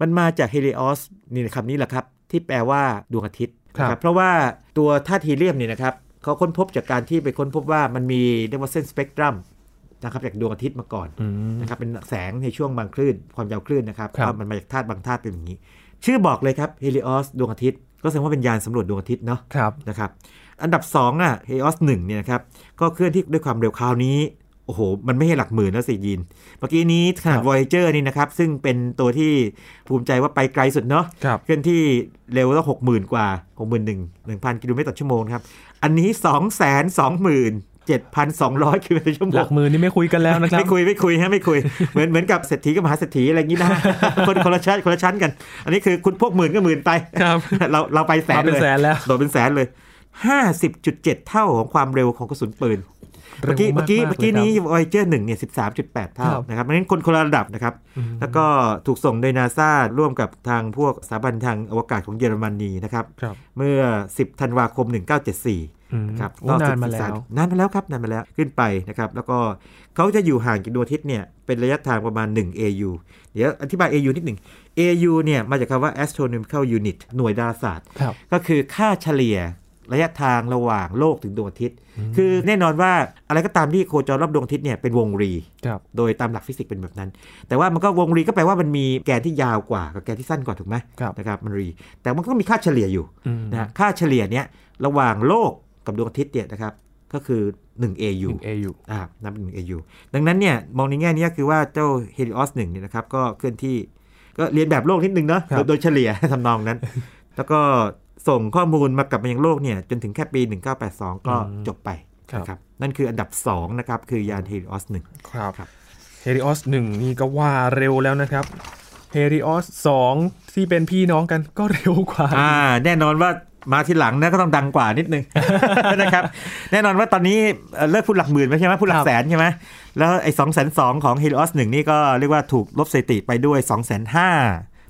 S2: มันมาจากเฮลิออสนี่นะครับนี่แหละครับ ที่แปลว่าดวงอาทิตย์นะครับ เพราะว่าตัวธาตุฮีเลียมเนี่ยนะครับเขาค้นพบจากการที่ไปค้นพบว่ามันมีเรียกว่าเส้นสเปกตรัมนะครับจากดวงอาทิตย์มาก่อน
S1: อืม
S2: นะครับเป็นแสงในช่วงบางคลื่นความยาวคลื่นนะครับ
S1: ครับ
S2: ว่ามันมาจากธาตุบางธาตุเป็นอย่างนี้ ชื่อบอกเลยครับเฮลิออสดวงอาทิตย์ ก็แสดงว่าเป็นยานสำรวจดวงอาทิตย์เนาะ
S1: ครับ
S2: นะครับอันดับ2อ่ะเฮลิออสหนึ่งเนี่ยนะครับก็เคลื่อนที่ด้วยความเร็วคราวนี้โอ้โห มันไม่ใช่หลักหมื่นแล้วสิยีนเมื่อกี้นี้ขนาด Voyager นี่นะครับซึ่งเป็นตัวที่ภูมิใจว่าไปไกลสุดเนาะ
S1: ครับ
S2: เคลื่อนที่เร็วแล้วหกหมื่นกว่าหกหมื่นหนึ่งหนึ่งพันกิโลเมตรต่อชั่วโมงครับ อันนี้สองแสนสองหมื่นเจ็ดพันสองร้อยกิโลเมตรต่อชั่วโม
S1: หลั
S2: ง
S1: กหมื่นนี่ไม่คุยกันแล้วนะครับ
S2: ไม่คุยไม่คุยฮะไม่คุย เหมือนเหมือนกับเศรษฐีกับมหาเศรษฐีอะไรอย่างนี้นะ คนคนละชั้นคนละชั้นกัน อันนี้คือคุณพวกหมื่นก็หมื่นไป
S1: ครับ
S2: เราเราไปแส
S1: มานเป็น
S2: เลย
S1: แสนแล้ว
S2: โดดเป็นแสนเลยห้าสิบจุดเจ็ดเท่าของความเร็วของกระสุนปืน เมื่อกี้เมื่อกี้
S1: ร็วาๆ
S2: เมื่อกี้
S1: ลย
S2: นี้
S1: ครับ
S2: Voyager 1เนี่ย13.8
S1: ค
S2: เท่า
S1: รับ
S2: นะครับเพราะฉะนั้นคนคนละระดับนะครับ
S1: อืม
S2: แล้วก็ถูกส่งโดยนาซาร่วมกับทางพวกสถาบันทางอวกาศของเยอรมนีนะครับ
S1: ครับ
S2: เมื่อ 10 ธันวาคม 1974
S1: อืม
S2: นะครับ
S1: โอ้นานมาแล้ว
S2: นานมาแล้วครับนานมาแล้วขึ้นไปนะครับ แล้วก็เขาจะอยู่ห่างจากดวงอาทิตย์เนี่ยเป็นระยะทางประมาณ 1 AU เดี๋ยวอธิบาย AU นิดหนึ่ง AU เนี่ยมาจากคำว่า astronomical unit หน่วยดาราศาสตร์
S1: ครับ
S2: ก็คือค่าเฉลี่ยระยะทางระหว่างโลกถึงดวงอาทิตย์ คือแน่นอนว่าอะไรก็ตามที่โคจรรอบดวงอาทิตย์เนี่ยเป็นวงรี
S1: ครับ
S2: โดยตามหลักฟิสิกส์เป็นแบบนั้น แต่ว่ามันก็วงรีก็แปลว่ามันมีแกนที่ยาวกว่ากับแกนที่สั้นกว่าถูกไหม
S1: ครับ
S2: นะครับมันรี แต่มันก็มีค่าเฉลี่ยอยู่
S1: อืม
S2: นะฮะค่าเฉลี่ยเนี่ยระหว่างโลกกับดวงอาทิตย์เนี่ยนะครับก็คือ 1
S1: ห
S2: AU
S1: นึ่ง AU
S2: อ่านับเป็น 1 AU ดังนั้นเนี่ยมองในแง่นี้ก็คือว่าเจ้า Helios 1เนี่ยนะครับก็เคลื่อนที่ก็เรียนแบบโลกนิดนึงเนาะ
S1: ครับ
S2: โดยเฉลี่ย ทำนองนั้น แล้วก็ส่งข้อมูลมากลับมายังโลกเนี่ยจนถึงแค่ปี 1982 ก็จบไปนะครับนั่นคืออันดับสองนะครับคือยาน Helios
S1: ค
S2: 1
S1: รับ
S2: ครับ
S1: เฮริออสหนึ่งนี่ก็ว่าเร็วแล้วนะครับเฮริออสสองที่เป็นพี่น้องกันก็เร็วกว่า
S2: อ่าแน่นอนว่ามาทีหลังนะก็ต้องดังกว่านิดนึ ง นะครับ แน่นอนว่าตอนนี้เอ่อเลิกพูดหลักหมื่นไปใช่ไหมพูดห
S1: ค
S2: ลั
S1: รับ
S2: กแสนใช่ไหมแล้วไอ้สองแสนสองของเฮลิออสหนึ่งนี่ก็เรียกว่าถูกลบสถิติไปด้วย2องแสนห้า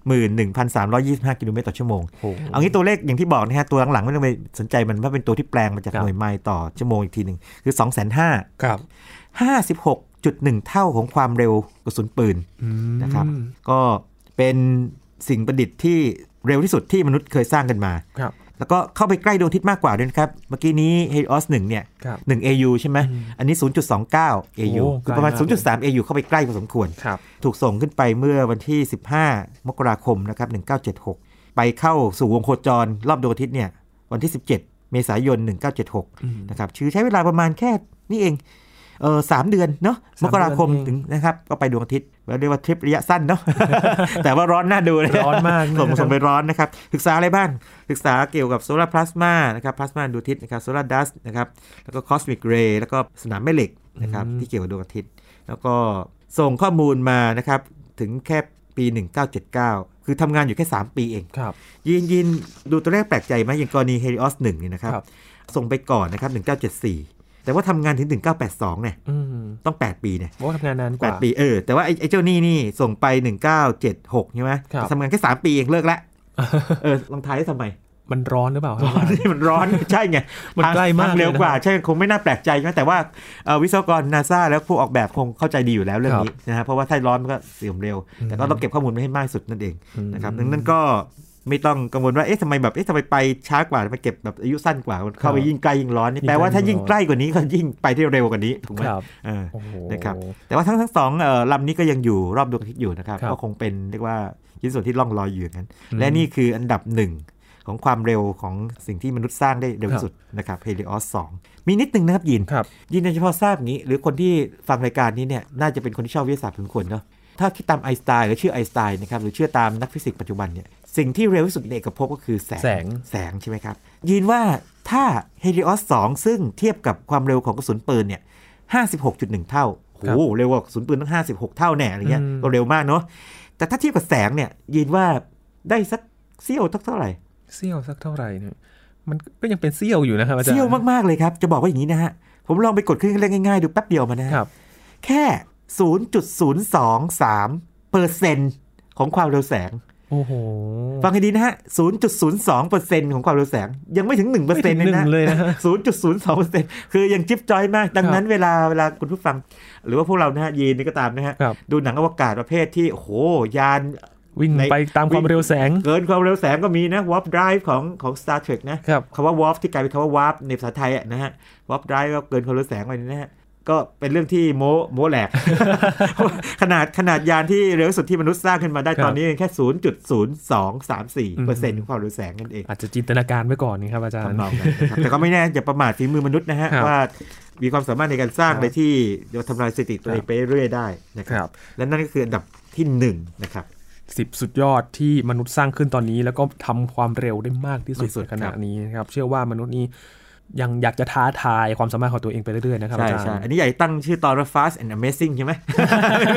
S2: หมื่นหนึ่งพันสามร้อยี่สิบห้ากิโลเมตรต่อชั่วโมง
S1: โอ้โห
S2: เอางี้ตัวเลขอย่างที่บอกนะฮะตัวหลังๆไม่ต้องไปสนใจมันว่าเป็นตัวที่แปลงมาจาก
S1: ครับ
S2: หน่วยไมล์ต่อชั่วโมงอีกทีหนึ่งคือ2องแสนห้า
S1: ครับ
S2: ห้าสิบหกจุดหนึ่งเท่าของความเร็วกระสุนปืน
S1: อืม
S2: นะครับ ก็เป็นสิ่งประดิษฐ์ที่เร็วที่สุดที่มนุษย์เคยสร้างกันมา
S1: ครับ
S2: แล้วก็เข้าไปใกล้ดวงอาทิตย์มากกว่าด้วยนะครับ เมื่อกี้นี้ Helios 1เนี่ย
S1: ครับ
S2: 1 AU ใช่ไหม อันนี้ 0.29 AU
S1: โอ้
S2: คือประมาณ
S1: ใกล้มากเลย
S2: 0.3 AU เข้าไปใกล้พอสมควร
S1: ครับ
S2: ถูกส่งขึ้นไปเมื่อวันที่ 15 มกราคมนะครับ 1976 ไปเข้าสู่วงโคจรรอบดวงอาทิตย์เนี่ยวันที่ 17 เมษายน
S1: อืม
S2: 1976 นะครับชื่อใช้เวลาประมาณแค่นี่เอง เออสามเดือนเนาะ ม
S1: สาม
S2: กราคม
S1: เดือนเอง
S2: ถึงนะครับ ก็ไปดวงอาทิตย์เราเรียกว่าทริประยะสั้น เนาะ แต่ว่าร้อนน่าดูะ
S1: ร้อนมากนะ
S2: ส่ง
S1: ครับ
S2: ส่งไปร้อนนะครับ ศึกษาอะไรบ้าง ศึกษาเกี่ยวกับโซลาร์พลาสมานะครับพลาสมาดวงอาทิตย์นะครับโซลาร์ดัสนะครับ แล้วก็คอสมิกเรย์แล้วก็สนามแม่เหล็กนะครับที่เกี่ยวกับดวงอาทิตย์ แล้วก็ส่งข้อมูลมานะครับ ถึงแค่ปี 1979 คือทำงานอยู่แค่ 3 ปีเอง
S1: ครับ
S2: ยินยินดูตัวเลขแปลกใจไหมอย่างกรณี Helios 1เนี่ยนะครับ
S1: ครับ
S2: ส่งไปก่อนนะครับ 1974 แต่ว่าทำงานถึง 1982 เนี่ย
S1: อืม
S2: ต้อง 8 ปีเนี่ย
S1: โอ้ทำงานนานก
S2: แป
S1: ว่า
S2: ดปี เออ แต่ว่าไอ้ไอ้เจ้านี่นี่ส่งไป 1976 ใช่ไหม
S1: ครับ
S2: ทำงานแค่ 3 ปีเองเลิก ละเออลองทายได้ทำไม
S1: มันร้อนหรือเปล่าครับ
S2: ร้อนนี่มันร้อน ใช่ไง
S1: มันใกล้มาก
S2: ทงเร็วกว่า
S1: เลยนะครับ
S2: ใช่คงไม่น่าแปลกใจใช่ไหมแต่ว่าเอ่อวิศวกรนาซาแล้วผู้ออกแบบคงเข้าใจดีอยู่แล้วเรื่องนี้นะฮะเพราะว่าถ้าร้อนมันก็เสื่อมเร็ว แต่ก็ต้องเก็บข้อมูลไว้ให้มากที่สุดนั่นเอง
S1: อืม
S2: นะครับดังนั้นก็ไม่ต้องกังวลว่าเอ๊ะทำไมแบบเอ๊ะทำไมไปช้ากว่าทำไมเก็บแบบอายุสั้นกว่าเข้าไปยิ่งใกล้ยิ่งร้อนนี่แปลว่าถ้ายิ่งใกล้กว่านี้ก็ยิ่งไปได้เร็วกว่านี้ถูกไหม
S1: ครับ
S2: เออ
S1: โอ้โห
S2: นะครับ แต่ว่าทั้งทั้งสองเอ่อลำนี้ก็ยังอยู่รอบดวงอาทิตย์อยู่นะครับ
S1: ครับ
S2: ก็คงเป็นเรียกว่าชิ้นส่วนที่ล่องลอยอยู่อย่างนั้น
S1: อืม
S2: และนี่คืออันดับหนึ่งของความเร็วของสิ่งที่มนุษย์สร้างได้เร็ว
S1: ครับ
S2: ที่สุดนะครับเฮลิออส2มีนิดนึงนะครับยิน
S1: ครับ
S2: ยินโดยเฉพาะทราบอย่างนี้ หรือคนที่ฟังรายการนี้เนี่ยน่าจะเป็นคนที่ชอบวิทยาศาสตร์ถึงคนเนาะถ้าคิดตามไอน์สไตน์หรือเชื่อไอน์สไตน์นะครับหรือเชื่อตามนักฟิสิกส์ปัจจุบันเนี่ยสิ่งที่เร็วที่สุดในเอกภพก็คือแสง
S1: แสง
S2: แสงใช่ไหมครับยินว่าถ้าเฮลิออส2ซึ่งเทียบกับความเร็วของกระสุนปืนเนี่ย56.1 เท่าโอ้โหเร็วกว่ากระสุนปืนตั้ง 56 เท่าแน่อะไรเงี้ย
S1: อืม
S2: ก็เร็วมากเนาะแต่ถ้าเทียบกับแสงเนี่ยยินว่าได้สักเซี่ยวเท่าไหร่
S1: เซี่ยวสักเท่าไหร่เนี่ยมันก็ยังเป็นเซี่ยวอยู่นะครับอาจารย์
S2: เซี่ยวมาก ๆ เลยครับ จะบอกว่าอย่างนี้นะฮะ ผมลองไปกดเครื่องเล่นง่าย ๆ ดูแป๊บเดียวมานะฮะ
S1: ครับ
S2: แค่ 0.023เปอร์เซ็นต์ของความเร็วแสง
S1: โอ้โห
S2: ฟังให้ดีนะฮะ 0.02เปอร์เซ็นต์ของความเร็วแสง ยังไม่ถึง1เปอร์เซ็นต์
S1: ไม่ถึงหนึ่งเลยนะ
S2: 0.02เปอร์เซ็นต์คือยังจิ๊บจ้อยมาก ดังนั้นเวลาเวลาคุณผู้ฟัง หรือว่าพวกเรานะฮะยีนนี่ก็ตามนะฮะ
S1: ครับ
S2: ดูหนังอวกาศประเภทที่ โอ้โห ยาน
S1: วิ่ง
S2: ใน
S1: ไปตามความเร็วแสง
S2: เกินความเร็วแสงก็มีนะวอปไดฟ์ของของ Star Trek นะ
S1: ครับ
S2: คำว่าวอฟที่กลายเป็นคำว่าวาร์ปในภาษาไทยอะนะฮะวาร์ปไดรฟ์ก็เกินความเร็วแสงไปนะฮะ ก็เป็นเรื่องที่โม้โม้แหลก ขนาดขนาดยานที่เร็วที่สุดที่มนุษย์สร้างขึ้นมาได้
S1: ครับ
S2: ตอนนี้แค่ 0.0234เปอร์เซ็น
S1: ม
S2: ต์ของความเร็วแสงนั่นเอง
S1: อาจจะจินตนาการไว้ก่อนนี่ครับอาจารย์
S2: ทำนองนั้นนะครับ แต่ก็ไม่แน่อย่าประมาทฝีมือมนุษย์นะฮะ
S1: ครับ
S2: ว่ามีความสามารถในการสร้างอะไรที่จะทำลายสถิติตัวเองไปเรื่อยๆได้นะค
S1: ครับ รับ
S2: และนั่นก็คืออันดับที่หนึ่งนะครับ
S1: สิบสุดยอดที่มนุษย์สร้างขึ้นตอนนี้ แล้วก็ทำความเร็วได้มากที่สุด
S2: มากสุด
S1: ในขณะนี้นะครับ เชื่อว่ามนุษย์นี้ยังอยากจะท้าทายความสามารถของตัวเองไปเรื่อยๆนะครับ
S2: ใช่
S1: อาจารย์
S2: ใช่อันนี้ใหญ่ตั้งชื่อตอนว่า fast and amazing ใช่ไหม fast and
S1: น่าจ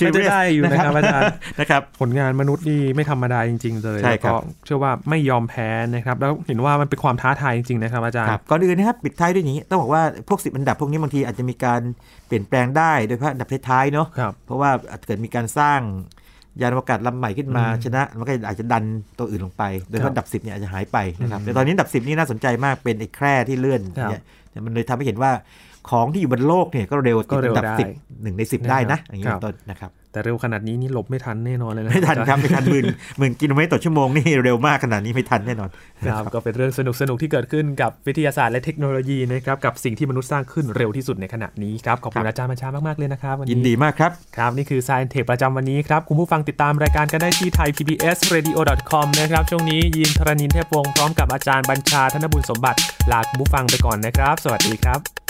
S1: ะ
S2: furious
S1: ได้อยู่นะครับอาจารย์
S2: นะครับ
S1: ผลงานมนุษย์นี่ไม่ธรรมดาจริง ๆ เลย
S2: ใช่
S1: แล้ว
S2: ครั
S1: ก็
S2: บ
S1: เชื่อว่าไม่ยอมแพ้นะครับ แล้วเห็นว่ามันเป็นความท้าทายจริงๆนะครับอาจารย์
S2: ครับก่อนอื่นนะครับปิดท้ายด้วยอย่างนี้ ต้องบอกว่าพวกสิบอันดับพวกนี้บางทีอาจจะมีการเปลี่ยนแปลงได้ โดยเฉพาะอันดับท้ายๆเนาะ
S1: ครับ
S2: เพราะว่าอาจจะเกิดมีการสร้างยานอวกาศลำใหม่ขึ้นมา
S1: อืม
S2: ชนะ มันก็อาจจะดันตัวอื่นลงไป โดยเฉ
S1: ครับ
S2: พาะอันดับสิบเนี่ยอาจจะหายไปนะครับ
S1: อืม
S2: แต่ตอนนี้อันดับสิบนี่น่าสนใจมากเป็นไอ้แคร่ที่เลื่อน
S1: ครับ
S2: เนี่ยเนี่ยมันเลยทำให้เห็นว่าของที่อยู่บนโลกเนี่ยก็เร็ว
S1: ก็
S2: ติด
S1: เร็
S2: อั
S1: วน
S2: ดับ
S1: ได้
S2: สิบหนึ่งในสิบได้นะอย่างนี้
S1: ครับ
S2: เป็นต้นนะครับ
S1: แต่เร็วขนาดนี้นี่หลบไม่ทันแน่นอนเลยนะ
S2: ไม่ทันครับ
S1: อาจาย์
S2: ไม่ทันหมื่นหมื่นกิโลเมตรต่อชั่วโมงนี่เร็วมากขนาดนี้ไม่ทันแน่นอน
S1: ครับก็เป็นเรื่องสนุกๆที่เกิดขึ้นกับวิทยาศาสตร์และเทคโนโลยีนะครับกับสิ่งที่มนุษย์สร้างขึ้นเร็วที่สุดในขณะนี้ครับขอบคุ
S2: ครั
S1: ณ
S2: บ
S1: อาจารย์บัญชามากๆเลยนะครับวัน
S2: ยิน
S1: นี้
S2: ดีมากครับ
S1: ครับ นี่คือ Science Tech ประจำวันนี้ครับ คุณผู้ฟังติดตามรายการกันได้ที่ thaipbsradio.com นะครับ ช่วงนี้ยินทรณินเทพวงศ์พร้อมกับอาจารย์บัญชาธนบุญสมบัติ ลาคุณผู้ฟังไปก่อนนะครับ สวัสดีครับ